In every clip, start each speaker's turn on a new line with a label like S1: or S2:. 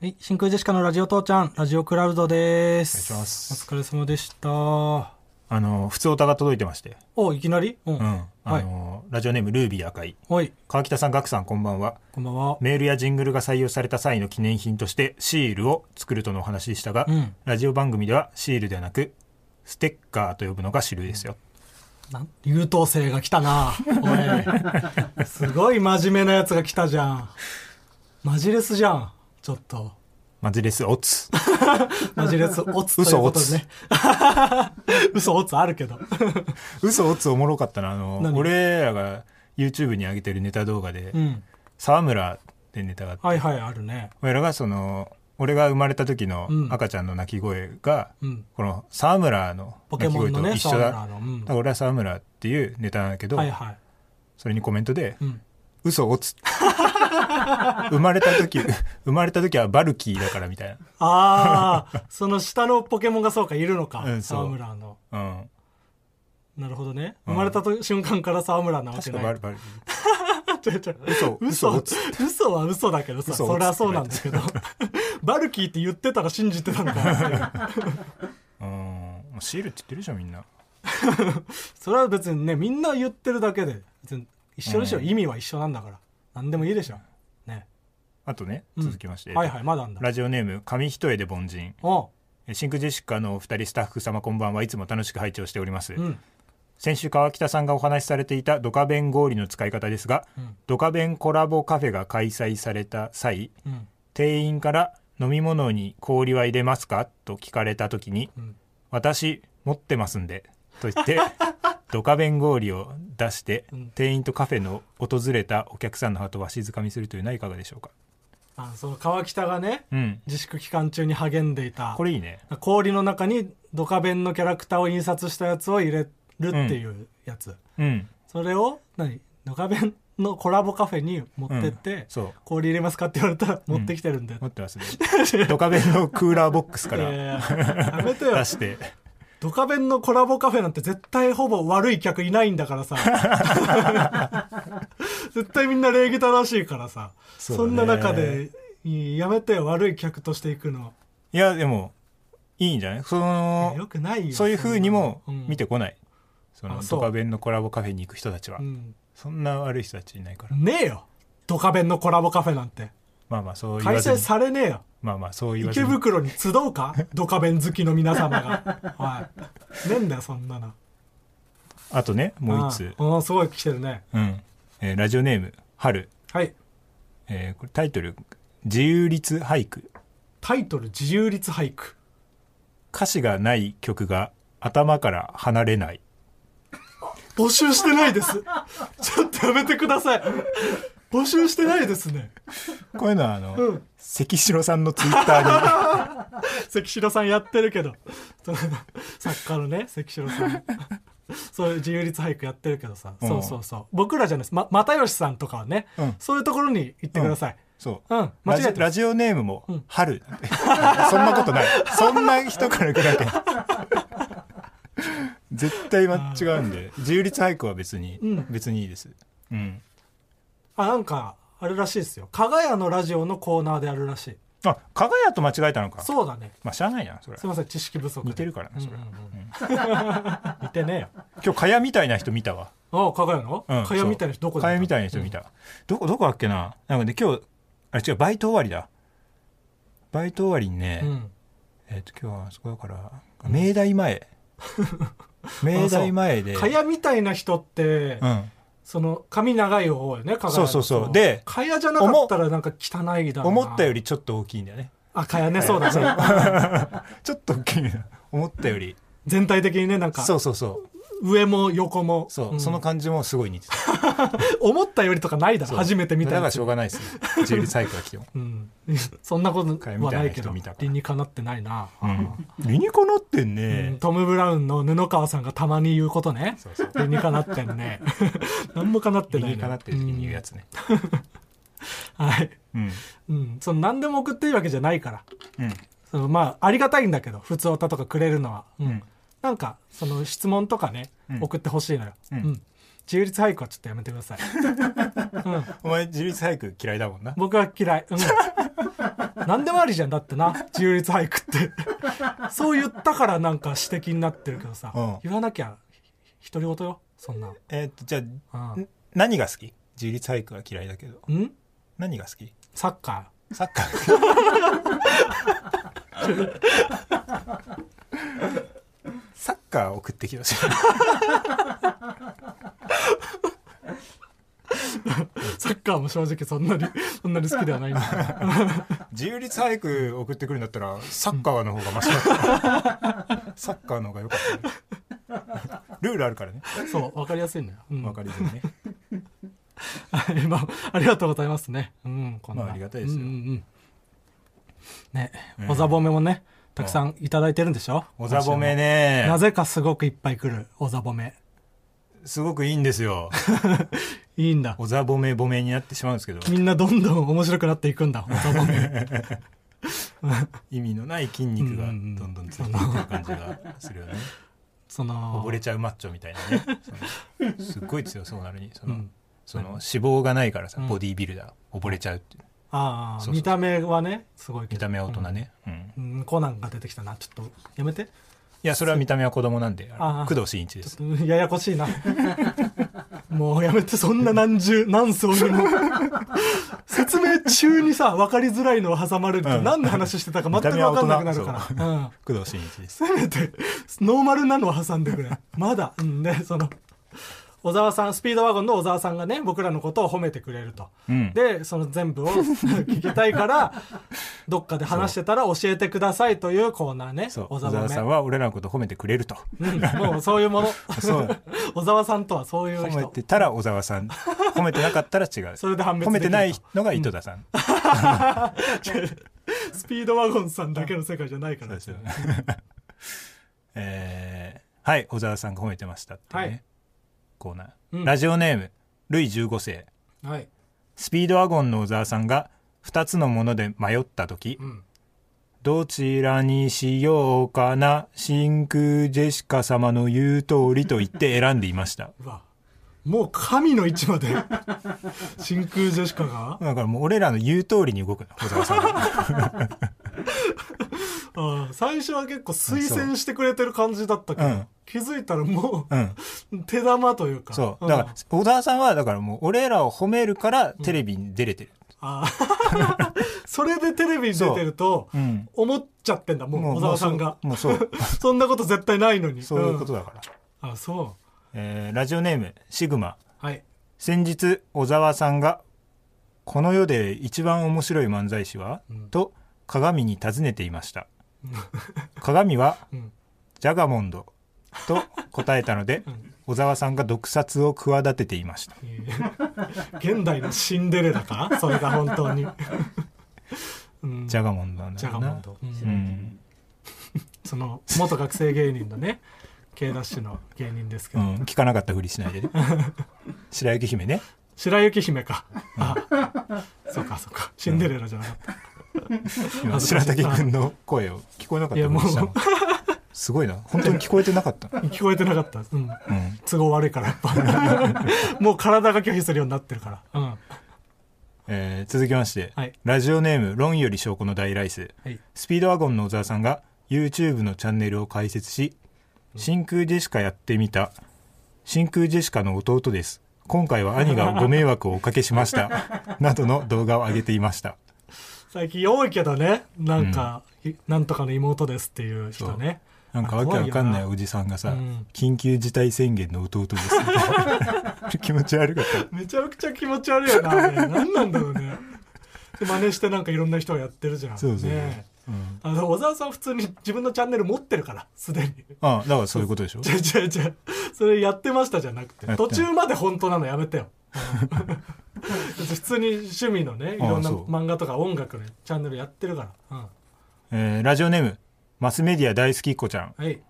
S1: はい、真空ジェシカのラジオ父ちゃん、ラジオクラウドです。
S2: お願いします
S1: お疲れ様でした。お、
S2: あの、普通歌が届いてまして。
S1: いきなりうん。
S2: うん。あ
S1: はい
S2: の、ラジオネームルービー赤い。
S1: おい、
S2: 川北さん、ガクさん、こんばんは。
S1: こんばんは。
S2: メールやジングルが採用された際の記念品としてシールを作るとのお話でしたが、
S1: うん
S2: ラジオ番組ではシールではなく、ステッカーと呼ぶのが主流ですよ。
S1: なん優等生が来たな。 おい。すごい真面目なやつが来たじゃん。マジレスじゃん。ちょっと。
S2: マジレスオ ッツ。
S1: マジレス、オツということでね。 嘘、オツあるけど。
S2: 嘘オッツおもろかったな。あの、
S1: 何
S2: 俺らが YouTube に上げてるネタ動画で、
S1: うん。
S2: 沢村ってネタがあって、
S1: はいはい、あるね。
S2: 俺らがその、俺が生まれた時の
S1: うん
S2: 赤ちゃんの泣き声が、
S1: うん。
S2: この沢村の
S1: ポケ
S2: 鳴き
S1: モ
S2: 声
S1: ンの
S2: と
S1: ね、
S2: 一
S1: 沢
S2: 緒だ。
S1: 村の。うん
S2: だから俺は沢村っていうネタなんだけど、
S1: はいはい。
S2: それにコメントで
S1: うん。
S2: 「嘘 をつ」生まれた時生まれた時はバルキーだからみたい
S1: ああ、その下のポケモンがそうか、いるのか。
S2: うんそう
S1: 沢村の。
S2: な、うん、
S1: なるほどね。
S2: う
S1: 生
S2: ん
S1: まれたと瞬間から沢村なわけ
S2: 確
S1: な
S2: か
S1: い。
S2: バルバル
S1: ちょちょ
S2: 嘘嘘
S1: 嘘
S2: をつ
S1: 嘘は嘘だけどさ、
S2: 嘘
S1: そりゃそうなんだけど。バルキーって言ってたら信じてたのかっていう。
S2: うんもうシールって言ってるでしょみんな
S1: それは別にね、みんな言ってるだけで。別に一緒でしょ、
S2: うん
S1: 意味は一緒なんだから。何でもいいでしょ。ね。
S2: あとね
S1: うん
S2: 続きまして、
S1: はいはい、まだあんだ。
S2: ラジオネーム紙一重で凡人
S1: おう。
S2: えシンクジェシカのお二人スタッフ様こんばんはいつも楽しく拝聴しております、
S1: うん。
S2: 先週川北さんがお話しされていたドカベン氷の使い方ですが、
S1: うん
S2: ドカベンコラボカフェが開催された際
S1: うん。
S2: 店員から飲み物に氷は入れますかと聞かれた時に
S1: うん。
S2: 私持ってますんでと言って ドカベン氷を出して、
S1: うん
S2: 店員とカフェの訪れたお客さんのハートをわしづかみするというのはいかがでしょうか
S1: あその川北がね、
S2: うん
S1: 自粛期間中に励んでいた。
S2: これいいね
S1: 氷の中にドカベンのキャラクターを印刷したやつを入れるっていうやつ、
S2: うん
S1: それを何ドカベンのコラボカフェに持ってって、
S2: うんそう
S1: 氷入れますかって言われたら持ってきてるんで、
S2: 持ってますねドカベンのクーラーボックスか
S1: い やい
S2: ら
S1: ややめて よ
S2: 出して
S1: ドカベンのコラボカフェなんて絶対ほぼ悪い客いないんだ からさ絶対みんな礼儀正しいからさそ,、
S2: そうだね
S1: んな中でいやめてよ悪い客としていくの
S2: いやでもいいんじゃないその
S1: よくないよ
S2: そういうふうにも
S1: そんなのうん
S2: 見てこない、その
S1: あそう
S2: ドカベンのコラボカフェに行く人たちは、
S1: うん
S2: そんな悪い人たちいないから、
S1: ねえよドカベンのコラボカフェなんて
S2: まあまあそう言
S1: 開
S2: わず
S1: 催
S2: に
S1: されねえよ
S2: まあまあそう言わず
S1: 池
S2: に
S1: 袋に集う かドカベン好きの皆様がはいねえんだよそんなの
S2: あとねもう一
S1: ん
S2: つ、
S1: うんすごい来てるね
S2: うんえーラジオネーム春、
S1: はい
S2: えーこれタイトル「自由律俳句
S1: タイトル「自由律俳句」
S2: 歌詞がない曲が頭から離れない」」
S1: 募集してないです ちょっとやめてください募集してないですね
S2: こういうのはあの、
S1: うん
S2: 関城さんのツイッタ ーに
S1: 関城さんやってるけど その作家のね関城さん そういう自由律俳句やってるけどさ、
S2: うん
S1: そうそうそう僕らじゃないです、ま、又吉さんとかはね、
S2: うん
S1: そういうところに行ってください、
S2: そう、
S1: うん間違えてま
S2: ラジ
S1: す
S2: ラジオネームも
S1: ん
S2: 「春」 なんてそんなことないそんな人から来なきゃ絶対は違うんで自由律俳句は別に、
S1: うん
S2: 別にいいですうん
S1: あなんかあれらしいですよ加賀屋のラジオのコーナーであるらしい
S2: あ加賀屋と間違えたのか
S1: そうだね
S2: まあしゃあないなそれ
S1: すいません知識不足で
S2: 似てるからなそれ
S1: うんうんうん
S2: うん
S1: 似てねえよ
S2: 今日蚊帳みたいな人見たわ
S1: ああ加賀屋の加賀屋みたいな人どこ
S2: だ蚊帳み
S1: い
S2: たいな人見た、どこどこだっけななんかね今日あ違うバイト終わりだバイト終わりにね、
S1: うん
S2: えっ、と今日はあそこだから明大前明大 前で
S1: 加賀屋みたいな人って
S2: うん
S1: その髪長い方よね加賀屋の
S2: そうそうそうで
S1: 加賀屋じゃなかったらなんか汚いだろうな
S2: 思ったよりちょっと大きいんだよね
S1: あ加賀ねそうだね
S2: ちょっと大きいんだよ思ったより
S1: 全体的にねなんか
S2: そうそうそう
S1: 上も横も
S2: そう、
S1: ん
S2: その感じもすごい似てた
S1: 思ったよりとかないだろ
S2: そう
S1: 初めて見た
S2: だか
S1: や
S2: ら
S1: つ
S2: しょうがないですね自由サイクが来ても
S1: うん そんなこと
S2: 加賀屋み
S1: は
S2: たい
S1: な
S2: ない
S1: けど
S2: 人見たから
S1: 理にかなってないな
S2: うん 理にかなってん
S1: う
S2: ね
S1: ん、トム・ブラウンの布川さんがたまに言うことね。
S2: そうそう
S1: 理にかなってんね。 何もかなって
S2: 理
S1: ない、ね。
S2: にかなってる時に言うやつね
S1: うんはい。
S2: うん
S1: うん。その何でも送っていいわけじゃないから。
S2: うん
S1: そのまあ、ありがたいんだけど、普通歌とかくれるのは。うん。
S2: うん
S1: なんか、その質問とかね、
S2: うん
S1: 送ってほしいのよ。
S2: うん
S1: 自由律俳句はちょっとやめてくだ さい。
S2: お前自立俳句嫌いだもんな
S1: 僕は嫌い。うん。何でもありじゃん。だってな。自由律俳句って。そう言ったからなんか指摘になってるけどさ。
S2: うん
S1: 言わなきゃ、ひ独り言よ。そんな。
S2: えーっとじゃあ、
S1: うん
S2: ん何が好き自立俳句は嫌いだけど
S1: ん
S2: 何が好き
S1: サッカ
S2: サッカーサッカー送ってきました
S1: ー。 サッカーも正直そん なに、そんなに好きではないんだけど。
S2: 自由律俳句送ってくるんだったらサッカーの方がマシだった、サッカーの方が良かった、ルールあるからね
S1: そう、わかりやすいんだよ。うん
S2: 分かりずにね
S1: はいまあ、ありがとうございますね。うん、こんな。
S2: まあありがたいですよ
S1: うんうんうんね
S2: う、ん
S1: お座褒めもね、たくさんいただいてるんでしょ
S2: お座褒め
S1: ね。
S2: ね
S1: なぜかすごくいっぱい来る、お座褒め。
S2: すごくいいんですよ
S1: いいんだ。
S2: お座褒め褒めになってしまうんですけど
S1: みんなどんどん面白くなっていくんだ、お座褒 め。
S2: 意味のない筋肉が
S1: う
S2: ど
S1: んうんうん
S2: んどんついていってる感じがするよね
S1: その、
S2: 溺れちゃうマッチョみたいなねそのすっごい強そうなの にその,、
S1: うん
S2: その脂肪がないからさ
S1: うん
S2: ボディービルダー溺れちゃうっていう
S1: あ
S2: そ
S1: あ、
S2: うそう
S1: 見た目はね、すごいけど
S2: 見た目は大人ね、うん
S1: うん。うんコナンが出てきたな。ちょっと、やめて。
S2: いやそれは見た目は子供なんであの
S1: あー
S2: 工藤新一で
S1: ち
S2: す
S1: ょ っと、ややこしいな。もうやめて、そんな何重、何層にも。 説明中にさ、分かりづらいのを挟まれると、
S2: うん
S1: 何の話してたか全く分かんなくなるから。うん。
S2: 工藤新一 です
S1: せめて、ノーマルなのを挟んでくれ。まだ、うんね、その、小沢さん、スピードワゴンの小沢さんがね、僕らのことを褒めてくれると。
S2: うん
S1: で、その全部を 聞きたいから、どっかで話してたら教えてくださいというコーナーね。
S2: そう
S1: 小
S2: 小
S1: 沢
S2: 沢さん
S1: さ
S2: は俺らのこと褒めてくれると
S1: んもう そういうもの。
S2: そう
S1: 小沢さんとはそういう
S2: 褒め
S1: 人。
S2: てたら小沢さん褒めてなかったら違う
S1: それで判別
S2: 褒
S1: で
S2: め
S1: きると
S2: てないのが井戸田さん、
S1: スピードワゴンさんだけの世界じゃないか
S2: そう
S1: ら
S2: で。すよね えーはい小沢さんが褒めてましたってね、
S1: はい
S2: コーナー、
S1: うん
S2: ラジオネームルイ15世
S1: はい。
S2: スピードワゴンの小沢さんが2つのもので迷った時、
S1: うん。
S2: どちらにしようかな真空ジェシカ様の言う通りと言って選んでいました
S1: うわ。もう神の位置まで、 真空ジェシカが、
S2: だからもう俺らの言う通りに動くの小沢さん が
S1: ああ最初は結構推薦してくれてる感じだったけど、
S2: うん
S1: 気づいたらも
S2: うん
S1: う手玉というか。
S2: そう。
S1: ん
S2: だから、小沢さんは、だからもう、俺らを褒めるから、テレビに出れてる。
S1: ああ それでテレビに出てると、
S2: ん。
S1: 思っちゃってんだ、もう小沢さんが。
S2: もうそう、 もうそう
S1: そんなこと絶対ないのに。
S2: そういうこと
S1: だ。
S2: だから。
S1: あ、そ
S2: えーラジオネーム、シグマ。
S1: う。はい。
S2: 先日、小沢さんが、この世で一番面白い漫才師は、
S1: うん
S2: と、鏡に尋ねていました。 鏡は、
S1: うん。
S2: ジャガモンド、と答えた ので、小沢さんが毒殺を企てていました。
S1: いいね現代のシンデレラかそれが本当に。うん、
S2: ジャガモンドなんだ
S1: ジャ
S2: よな
S1: ガモンド。うん
S2: うん。
S1: その元学生芸人のね K ダッシュの芸人ですけ
S2: う
S1: ど、
S2: ん。聞かなかったふりし ないでね。白雪姫ね。
S1: 白雪姫か、あそうかそうかシンデレラじゃなかった、
S2: 今白滝君の声を聞こえなかった
S1: いやもう
S2: 森下もすごいな本当に聞こえてなかった、
S1: 聞こえてなかった、うん、
S2: うん、
S1: 都合悪いからやっ ぱもう体が拒否するようになってるから、うん
S2: えー続きまして、
S1: はい
S2: ラジオネーム「論より証拠の大ライス
S1: はい」
S2: スピードワゴンの小沢さんが YouTube のチャンネルを開設し「真空ジェシカやってみた」「真空ジェシカの弟です」今回は兄がご迷惑をおかけしました。 などの動画を上げていました。
S1: 最近多いけどねなんか、いなんとかの妹ですっていう人ね
S2: なんかわけわかんないおじさんが
S1: う
S2: さ、
S1: ん
S2: 緊急事態宣言の弟ですみた いな。気持ち悪かった。
S1: めちゃくちゃ気持ち悪いよなあれ何なんだろうねで真似してなんかいろんな人がやってるじゃん
S2: そうそうそう
S1: ね
S2: うん
S1: あの小沢さん普通に自分のチャンネル持ってるからすでに
S2: あだからそういうことでしょ
S1: 違う違う違うそれやってましたじゃなくて
S2: やって
S1: 途
S2: ない
S1: 中まで本当なのやめてよ 普通に趣味のねいろんな
S2: あそう
S1: 漫画とか音楽のチャンネルやってるから、うん
S2: えーラジオネームマスメディア大好きっ子ちゃん
S1: はい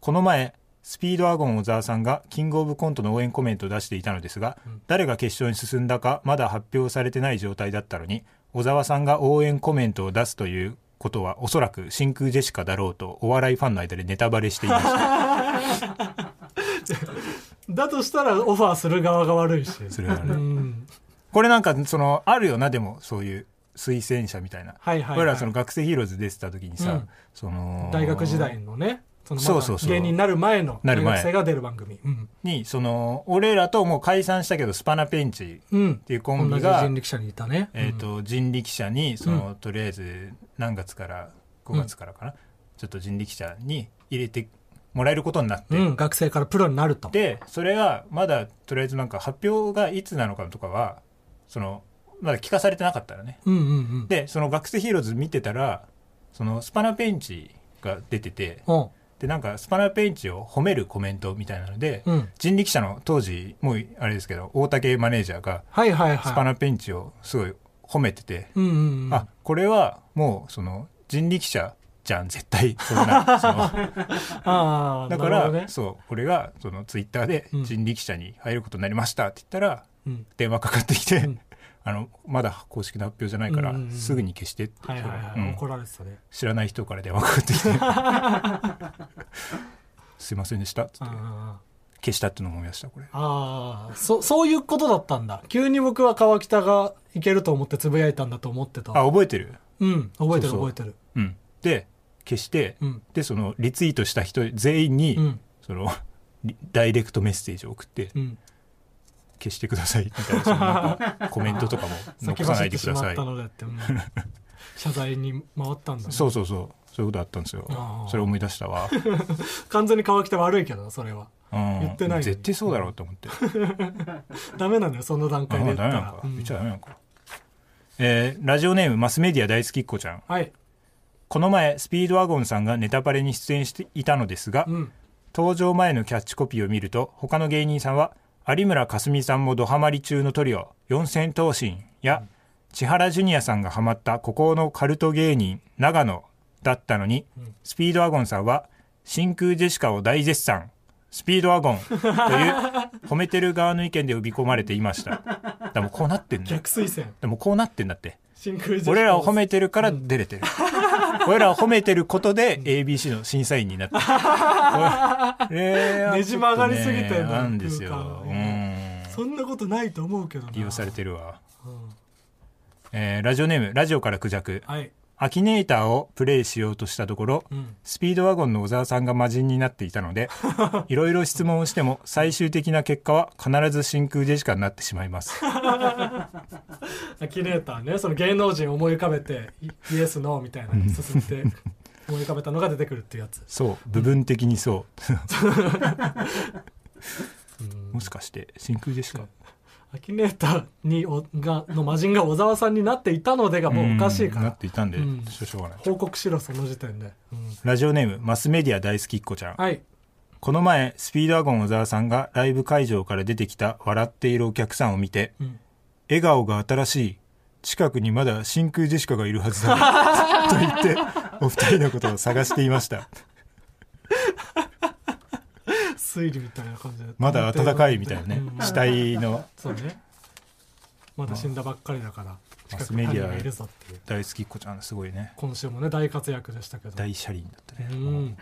S2: この前スピードワゴン小沢さんがキングオブコントの応援コメントを出していたのですが、誰が決勝に進んだかまだ発表されてない状態だったのに小沢さんが応援コメントを出すということはおそらく真空ジェシカだろうとお笑いファンの間でネタバレしていました
S1: だとしたらオファーする側が悪いし。
S2: それは
S1: う
S2: ね
S1: ん。
S2: これなんかそのあるよなでもそういう推薦者みたいな、
S1: はいはいはい
S2: 俺らその学生ヒーローズ出てた時にさ、
S1: うん
S2: その
S1: 大学時代のね、そのまだ
S2: そうそうそう
S1: 芸人になる前の
S2: な
S1: 大
S2: る前
S1: 学生が出る番組。うん。
S2: にその俺らともう解散したけどスパナペンチ
S1: うん。
S2: っていうコン
S1: 同
S2: ビ
S1: じ
S2: が
S1: 人力車にいたね。
S2: えー、と人力車にその、とりあえず何月から5月からかな、ちょっと人力車に入れてもらえることになって、
S1: うん、うん学生からプロになると。
S2: でそれがまだとりあえずなんか発表がいつなのかとかはそのまだ聞かされてなかったらね
S1: うんうんうん。
S2: でその「学生ヒーローズ」見てたらそのスパナペンチが出てて
S1: うん。
S2: でなんかスパナペンチを褒めるコメントみたいなので、
S1: うん
S2: 人力車の当時もうあれですけど大竹マネージャーが
S1: はいはい
S2: スパ
S1: はい。
S2: ナペンチをすごい褒めてて。
S1: うんうんうん。
S2: あこれはもうその人力車じゃん絶 対そんなその
S1: あー
S2: だか
S1: なる
S2: ら、
S1: ほどね
S2: そうこれがそのツイッターで
S1: うん
S2: 人力車に入ることになりましたって言ったら、
S1: うん
S2: 電話かかってきて、
S1: ん
S2: あのまだ公式の発表じゃないから、
S1: うんうんうん
S2: すぐに消してって、
S1: はいはいはい、
S2: うん
S1: 怒られてたね。
S2: 知らない人から電話かかってきて すいませんでしたっつって
S1: あ
S2: 消したっていうのを思い出したこれ
S1: あー、そ、そういうことだったんだ。急に僕は川北がいけると思ってつぶやいたんだと思ってた。
S2: あ覚えてる
S1: うん、覚えてる
S2: そうそう
S1: 覚えてる。
S2: うんで消して、
S1: うん
S2: でそのリツイートした人全員に、
S1: うん、
S2: そのリダイレクトメッセージを送って、
S1: うん。
S2: 消してくださいみたいなそのなん かコメントとかも
S1: 先
S2: 残さな
S1: 走っ
S2: い
S1: て
S2: でく
S1: し
S2: だ
S1: ま
S2: さ
S1: っ
S2: い
S1: たのでって、うん謝罪に回ったんだ、ね。
S2: そうそうそうそういうことあったんですよ
S1: あー
S2: それ思い出した わ、
S1: 完全に川北悪いけどな、それは。
S2: うん、
S1: 言ってないのに
S2: 絶対そうだろうと思って
S1: ダメなんだよ、その段
S2: あ
S1: 階で
S2: も
S1: 言
S2: う
S1: っ
S2: ダ
S1: た
S2: メなの
S1: ら
S2: か、。
S1: う
S2: 言
S1: ん
S2: っちゃダメなのかえーラジオネームマスメディア大好きっ子ちゃん
S1: はい。
S2: この前スピードワゴンさんがネタパレに出演していたのですが、
S1: うん。
S2: 登場前のキャッチコピーを見ると他の芸人さんは有村架純さんもドハマり中のトリオ四千頭身や、千原ジュニアさんがハマった孤高のカルト芸人長野だったのに、スピードワゴンさんは真空ジェシカを大絶賛スピードワゴンという褒めてる側の意見で呼び込まれていましただからもうこうなってんだよ
S1: 逆推薦。
S2: でもこうなってんだって
S1: 真空ジェシカ
S2: 俺らを褒めてるから出れ てる。俺らを褒めてることで ABC の審査員に なった。これはちょっとね
S1: ねじ曲がりすぎてんだ
S2: なんです
S1: 空
S2: よ
S1: 間。
S2: う
S1: が
S2: ん。
S1: そんなことないと思うけどな。
S2: 利用されてるわ。
S1: うん
S2: えーラジオネーム、ラジオからクジャク。
S1: はい。
S2: アキネーターをプレイしようとしたところ、
S1: うん。
S2: スピードワゴンの小沢さんが魔人になっていたので、 いろいろ質問をしても最終的な結果は必ず真空ジェシカになってしまいます。
S1: アキネーターね、その芸能人を思い浮かべて、イイエス、ノーみたいなのに進め て、思い浮かべたのが出てくるっていうやつ。
S2: そう、部分的にそう。もしかして真空ジェシカ
S1: アキネーターにおがの魔人が小沢さんになっていたのでがもうおかしいか
S2: んな
S1: ら
S2: っ。ていたんで、
S1: うん
S2: しょしょうがない
S1: 報告しろ、その時点で。うん
S2: ラジオネームマスメディア大好きっ子ちゃん、
S1: はい。
S2: この前スピードワゴン小沢さんがライブ会場から出てきた笑っているお客さんを見て、
S1: うん
S2: 笑顔が新しい近くにまだ真空ジェシカがいるはずだ と言ってお二人のことを探していました
S1: 推理みたいな感じで。
S2: まだ温かいみたいなね
S1: うん
S2: 死体の
S1: そうね。まだ死んだばっかりだから、
S2: マスメディア
S1: 近くに犯人がいるぞっていう。
S2: 大好きっ子ちゃんすごいね
S1: 今週もね、大活躍でしたけど。
S2: 大車輪だったね、
S1: う、
S2: もうん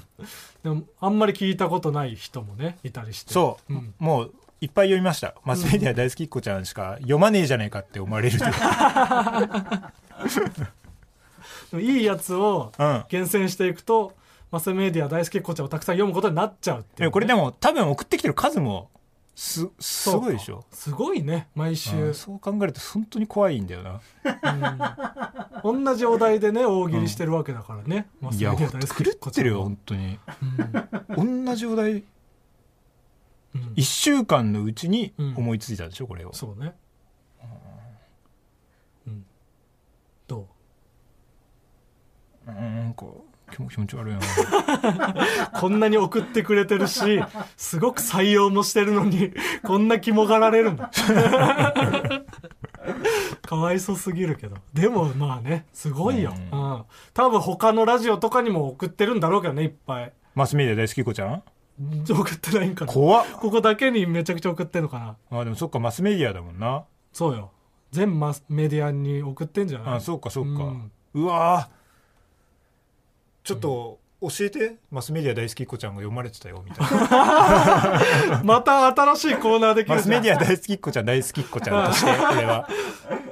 S1: でもあんまり聞いたことない人もねいたりして
S2: そう、
S1: うん
S2: もういっぱい読みましたマスメディア大好きっ子ちゃんしか読まねえじゃねえかって思われるという
S1: でもいいやつを
S2: うん
S1: 厳選していくとマスメディア大好きっ子ちゃんをたくさん読むことになっちゃうっていうね、
S2: えこれでも多分送ってきてる数もすす
S1: そうか
S2: ごいでしょ
S1: すごいね毎
S2: う
S1: 週、
S2: んそう考えると本当に怖いんだよな
S1: うん同じお題でね大喜利してるわけだからね、マス
S2: い
S1: メディ
S2: や狂
S1: ア大好きっ子
S2: っ
S1: ち
S2: て
S1: ゃん
S2: るよ
S1: は
S2: 本当に
S1: うん
S2: 同じお題
S1: うん
S2: 1週間のうちに
S1: うん
S2: 思いついたでしょこれを
S1: そうねうんどう
S2: うんなんか気持気持ち悪いな
S1: こんなに送ってくれてるし、 すごく採用もしてるのに、こんな肝がられ るの。かわいそすぎるけど。でもまあね、すごいよ。う。
S2: うん
S1: 多分他のラジオとかにも送ってるんだろうけどね、いっぱい。
S2: マスメディア大好き子ちゃん
S1: 送ってないんかな。こ
S2: 怖っ
S1: こだけにめちゃくちゃ送ってんのかな。
S2: あでもそっかマスメディアだもんな
S1: そうよ。全マスメディアに送ってんじゃない
S2: あそうかそうか
S1: うん
S2: うわーちょっと教えてマスメディア大好きっ子ちゃんが読まれてたよ みたいな
S1: また新しいコーナーでき
S2: マ
S1: る
S2: ス
S1: じゃ
S2: メ
S1: ん
S2: ディア大好きっ子ちゃん大好きっ子ちゃんとしてこれは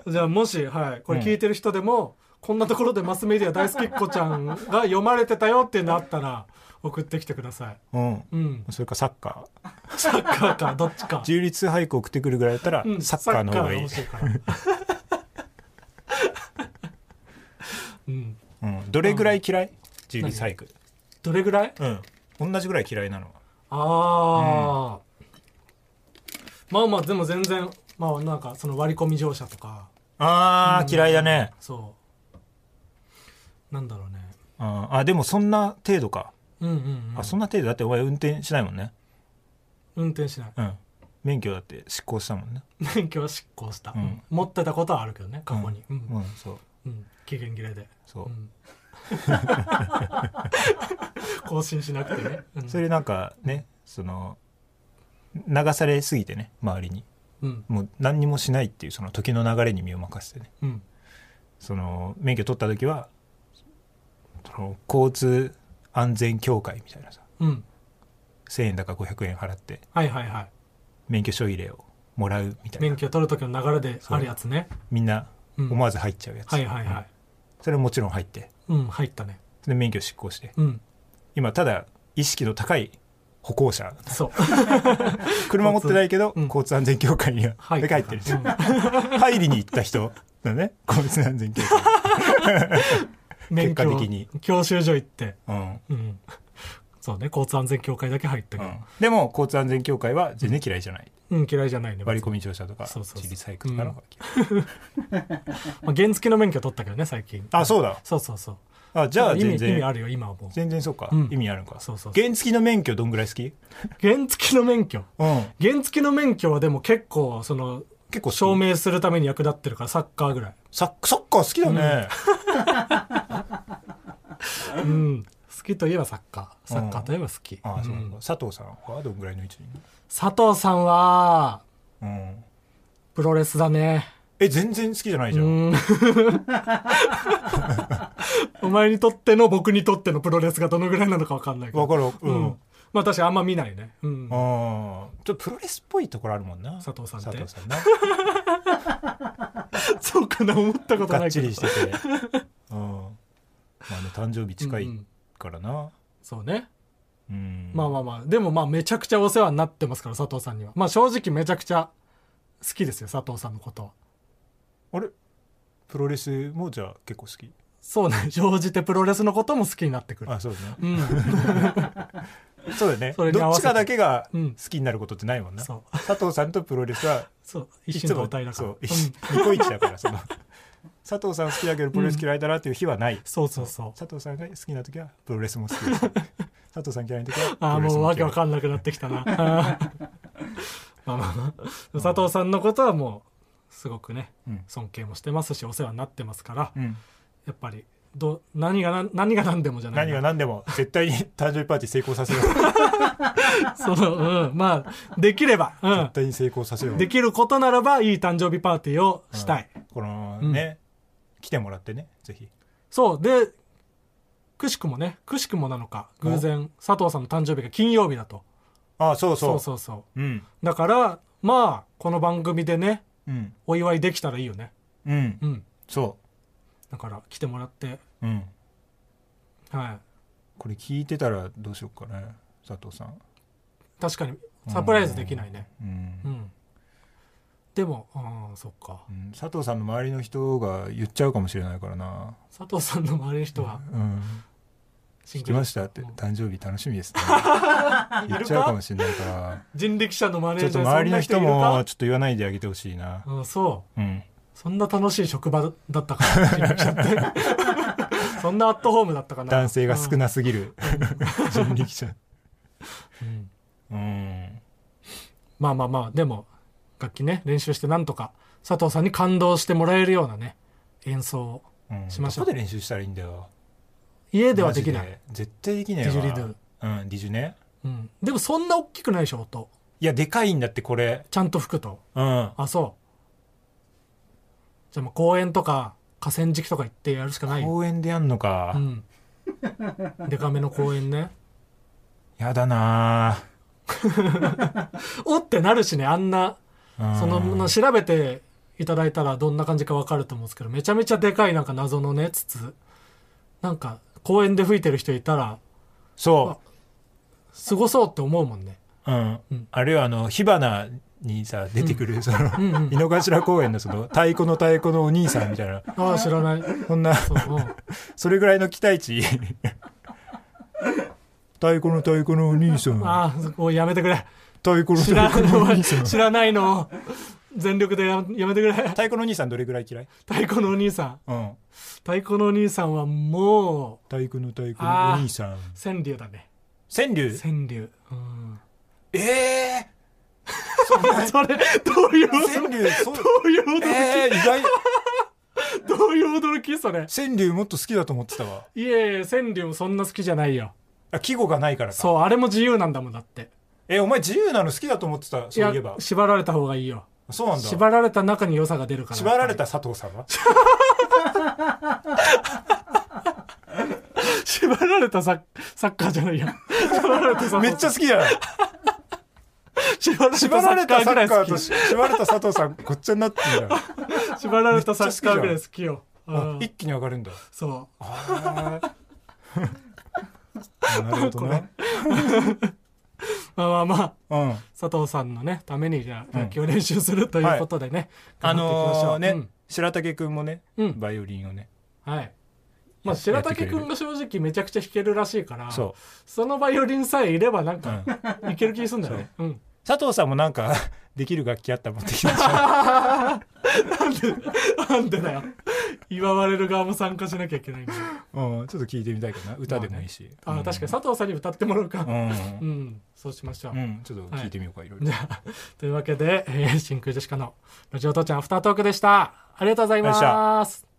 S1: じゃあもし、はい、これ聞いてる人でも、こんなところでマスメディア大好きっ子ちゃんが読まれてたよっていうのあったら送ってきてください。
S2: うん
S1: うん。
S2: それかサッカー
S1: サッカー か、どっちか。
S2: 中立俳句送ってくるぐらいだったら、
S1: うん
S2: サッカーの方がいい
S1: サッカーが欲しいからうん。
S2: うん、どれぐらい嫌い中立俳句
S1: どれぐらい
S2: うん同じぐらい嫌いなの
S1: ああ、まあまあ、でも全然、まあなんかその割り込み乗車とか、
S2: あー嫌いだね、
S1: そう。なんだろうね。
S2: あーあでもそんな程度か、
S1: うんうん、
S2: あそんな程度だってお前運転しないもんね
S1: うん。運転しない。
S2: うん免許だって失効したもんね
S1: 免許は失効した、
S2: うん
S1: 持ってたことはあるけどね過去にうん、うん
S2: うんそう
S1: 期限切れで、
S2: そう、
S1: うん、 更新しなくてね、うん
S2: それなんかねその流されすぎてね周りに
S1: うん
S2: もう何にもしないっていうその時の流れに身を任せてね
S1: うん
S2: その免許取った時はその交通安全協会みたいなさ
S1: うん
S2: 1,000円だか500円払って
S1: はいはいはい
S2: 免許証入れをもらうみたい
S1: 免
S2: な
S1: 許取る時の流れであるやつね
S2: みんな
S1: うん
S2: 思わず入っちゃうやつ、
S1: はいはいはい
S2: それもちろん入って
S1: うん入ったね
S2: で免許執行して
S1: うん
S2: 今ただ意識の高い歩行者
S1: そう
S2: 車持ってないけど
S1: うん
S2: 交通安全協会にはだけ入ってる
S1: うん
S2: 入りに行った人 だね交通安全協会
S1: 免許
S2: 結果的に
S1: 教習所行って
S2: うん、
S1: うんそうね交通安全協会だけ入った
S2: う
S1: けど
S2: ん、でも交通安全協会は全然嫌いじゃない、
S1: うん、嫌いじゃないね
S2: 割り込み乗車とか
S1: そうそうそう
S2: 自立サイクとかの方が嫌い、
S1: まあ、原付の免許取ったけどね最近
S2: あそうだ
S1: そうそうそう
S2: あじゃあ
S1: 意味
S2: 全
S1: 意味
S2: 然
S1: あるよ今はもう
S2: 全然そうか、
S1: うん
S2: 意味あるのか
S1: そうそうそう
S2: 原付の免許どんぐらい好き
S1: 原付の免許
S2: うん
S1: 原付の免許はでも結構その
S2: 結構
S1: 証
S2: 明
S1: 明するために役立ってるからサッカーぐらい
S2: サッサッカー好きだね、
S1: うん好きといえばサッカーサッカーといえば好き、
S2: あそうなん
S1: うん
S2: だ佐藤さんはどんぐらいの位置に
S1: 佐藤さんは
S2: うん
S1: プロレスだね
S2: え全然好きじゃないじゃん、
S1: うん お前にとっての僕にとってのプロレスがどのぐらいなのか分かんないけど
S2: わかるう、
S1: うんん、まあ確かにあんま見ないねうん
S2: ああちょっとプロレスっぽいところあるもんな
S1: 佐藤さんって
S2: 佐藤さんな
S1: そうかな思ったこと
S2: が
S1: な
S2: っ
S1: いけ
S2: ち
S1: ど
S2: りしててうんまあね誕生日近い
S1: うん
S2: からな
S1: そうね
S2: うん
S1: まあまあまあでもまあめちゃくちゃお世話になってますから佐藤さんにはまあ正直めちゃくちゃ好きですよ佐藤さんのことは
S2: あれプロレスもじゃあ結構好き
S1: そうね乗じてプロレスのことも好きになってくる
S2: あそうだ
S1: うん
S2: ねそうだね
S1: それに合
S2: どっ
S1: わ
S2: ち
S1: せて
S2: かだけが
S1: うん
S2: 好きになることってないもんな、
S1: そう
S2: 佐藤さんとプロレスは
S1: そう
S2: い
S1: 一
S2: つ
S1: 心
S2: も
S1: 同体だか
S2: そ
S1: ら
S2: う一心ニコイチだからその 佐藤さん好きだけどプロレス嫌いだなっていう日はない、
S1: そうそうそう
S2: 佐藤さんが好きな時はプロレスも好きです佐藤さん嫌いな時はプ
S1: あ
S2: ロ
S1: あ
S2: レス
S1: もう
S2: も
S1: わ
S2: 嫌い
S1: けわかんなくなってきた な あーまあまあまあ佐藤さんのことはもうすごくね
S2: うん
S1: 尊敬もしてますしお世話になってますから
S2: うん
S1: やっぱりどう何がな何が何でもじゃない
S2: 何が何でも絶対に 誕生日パーティー成功させよう絶
S1: その、うん、まあできれば、うん、
S2: 対に成功させよう
S1: できることならばいい誕生日パーティーをしたい、
S2: このね、来てもらってねぜひ
S1: そうでくしくもねくしくもなのか偶然佐藤さんの誕生日が金曜日だと
S2: ああそう
S1: そ
S2: そうう
S1: そうそう
S2: うん
S1: だからまあこの番組でね
S2: うん
S1: お祝いできたらいいよね
S2: うん
S1: うん
S2: そ
S1: だから来てもらって
S2: ううん
S1: は
S2: これ聞いてたらどうしようかね佐藤さん
S1: い確かにサプライズできないね
S2: うん
S1: う、んでもああそっか
S2: うん佐藤さんの周りの人が言っちゃうかもしれないからな
S1: 佐藤さんの周りの人は
S2: うん
S1: シン
S2: 聞
S1: グ
S2: き
S1: ル
S2: ましたって
S1: うん
S2: 誕生日楽しみですね言っちゃうかもしれないから
S1: 人力車のマネ
S2: ちょ
S1: ー
S2: っ
S1: ジャ
S2: と
S1: ー
S2: 周りの
S1: そんな人
S2: 人
S1: い
S2: も
S1: る
S2: ちょっと言わないであげてほしいな
S1: かうんそう
S2: うん
S1: そんな楽しい職場だったから、人力車って。 そんなアットホームだったかな。
S2: 男性が少なすぎる人力車
S1: うん、うん
S2: うん
S1: まあまあまあ、でも、楽器ね、練習してなんとか、佐藤さんに感動してもらえるようなね、演奏を。
S2: うん
S1: しましょう
S2: どこで練習したらいいんだよ
S1: 家ではできな
S2: マジ
S1: い。
S2: 絶対できねえわ
S1: ディジュリドゥ
S2: うんディジュね
S1: うん。でもそんな大きくないでしょ、音。
S2: いやでかいんだってこれ
S1: ちゃんと吹くと。
S2: うん
S1: あ、そう。じゃあもう公園とか、河川敷とか行ってやるしかないよ。
S2: 公園でやんの
S1: う
S2: か
S1: ん。デカめの公園ね
S2: やだな
S1: おってなるしねあんな
S2: ぁ
S1: そのの調べていただいたらどんな感じかわかると思うんですけどめちゃめちゃでかいなんか謎のね筒なんか公園で吹いてる人いたら
S2: そ
S1: すごそうって思うもんね
S2: う、うんあるいはあの火花にさ出てくる、その、
S1: んうん
S2: 井の頭公園のその太鼓の太鼓のお兄さんみたい な
S1: ああ知らない
S2: そんな
S1: そううん
S2: それぐらいの期待値 太鼓の太鼓のお兄さん
S1: ああもうやめてくれ
S2: 太鼓の
S1: 知
S2: 太
S1: ら
S2: 鼓のお
S1: ない
S2: 兄さん
S1: 知らないの全力でややめてくれ
S2: 太鼓のお兄さんどれぐらい嫌い
S1: 太鼓のお兄さん
S2: うん
S1: 太鼓のお兄さんはも
S2: 太鼓の太鼓のお兄さん
S1: う川柳だね
S2: 川柳
S1: 川柳、うん、
S2: ええ
S1: それどういう
S2: 川
S1: 驚き
S2: 柳 そう
S1: どういう驚き、
S2: えー、意外
S1: どういう驚きそれ
S2: 川柳もっと好きだと思ってたわ
S1: いえいえ川柳もそんな好きじゃないよ
S2: あ季語がないからか
S1: そうあれも自由なんだもんだって
S2: えお前自由なの好きだと思ってたそういえば
S1: 縛られた方がいいよ
S2: そうなんだ縛
S1: 縛られた中に良さが出るから
S2: られた佐藤さんは
S1: 縛られたサッサッカーじゃないや縛られたサッカー
S2: めっちゃ好きじゃ ない
S1: 縛られたサ
S2: 縛られ
S1: ッカー
S2: たサ
S1: ぐらい好
S2: ッカー
S1: き
S2: とし縛られた佐藤さんこっちゃになってんだよ
S1: 縛られたサッカーぐらい好きよ
S2: あ
S1: うん
S2: 一気に上がる んだ
S1: そう
S2: あーなるほどね
S1: まあまあまあ
S2: うん
S1: 佐藤さんのねためにじゃあ
S2: うん
S1: 楽器を練習するということでね、
S2: あ
S1: 頑張っていきましょ
S2: の
S1: う
S2: ーね、白竹くんもね、
S1: うん
S2: バイオリンをね
S1: うん、はいまあ白竹くんが正直めちゃくちゃ弾けるらしいから
S2: そ
S1: そのバイオリンさえいればなん
S2: う、う
S1: か
S2: ん、
S1: いける気すんだよね、うん、
S2: 佐藤さんもなんか できる楽器あったら持ってきたでし
S1: なんでなんでだよ祝われる側も参加しなきゃいけないんだよ
S2: ょ、うん、ちょっと聞いてみたいかな歌でもいいし、
S1: あ
S2: うん
S1: ー確かに佐藤さんに歌ってもらうか
S2: う、
S1: うんん、そうしましょう、
S2: うん、ちょっと聞いてみようか、い、ろいろ
S1: じゃあというわけで、えー真空ジェシカのラジオ父ちゃんアフタートークでしたありがとうござい
S2: ありがとうござい
S1: ます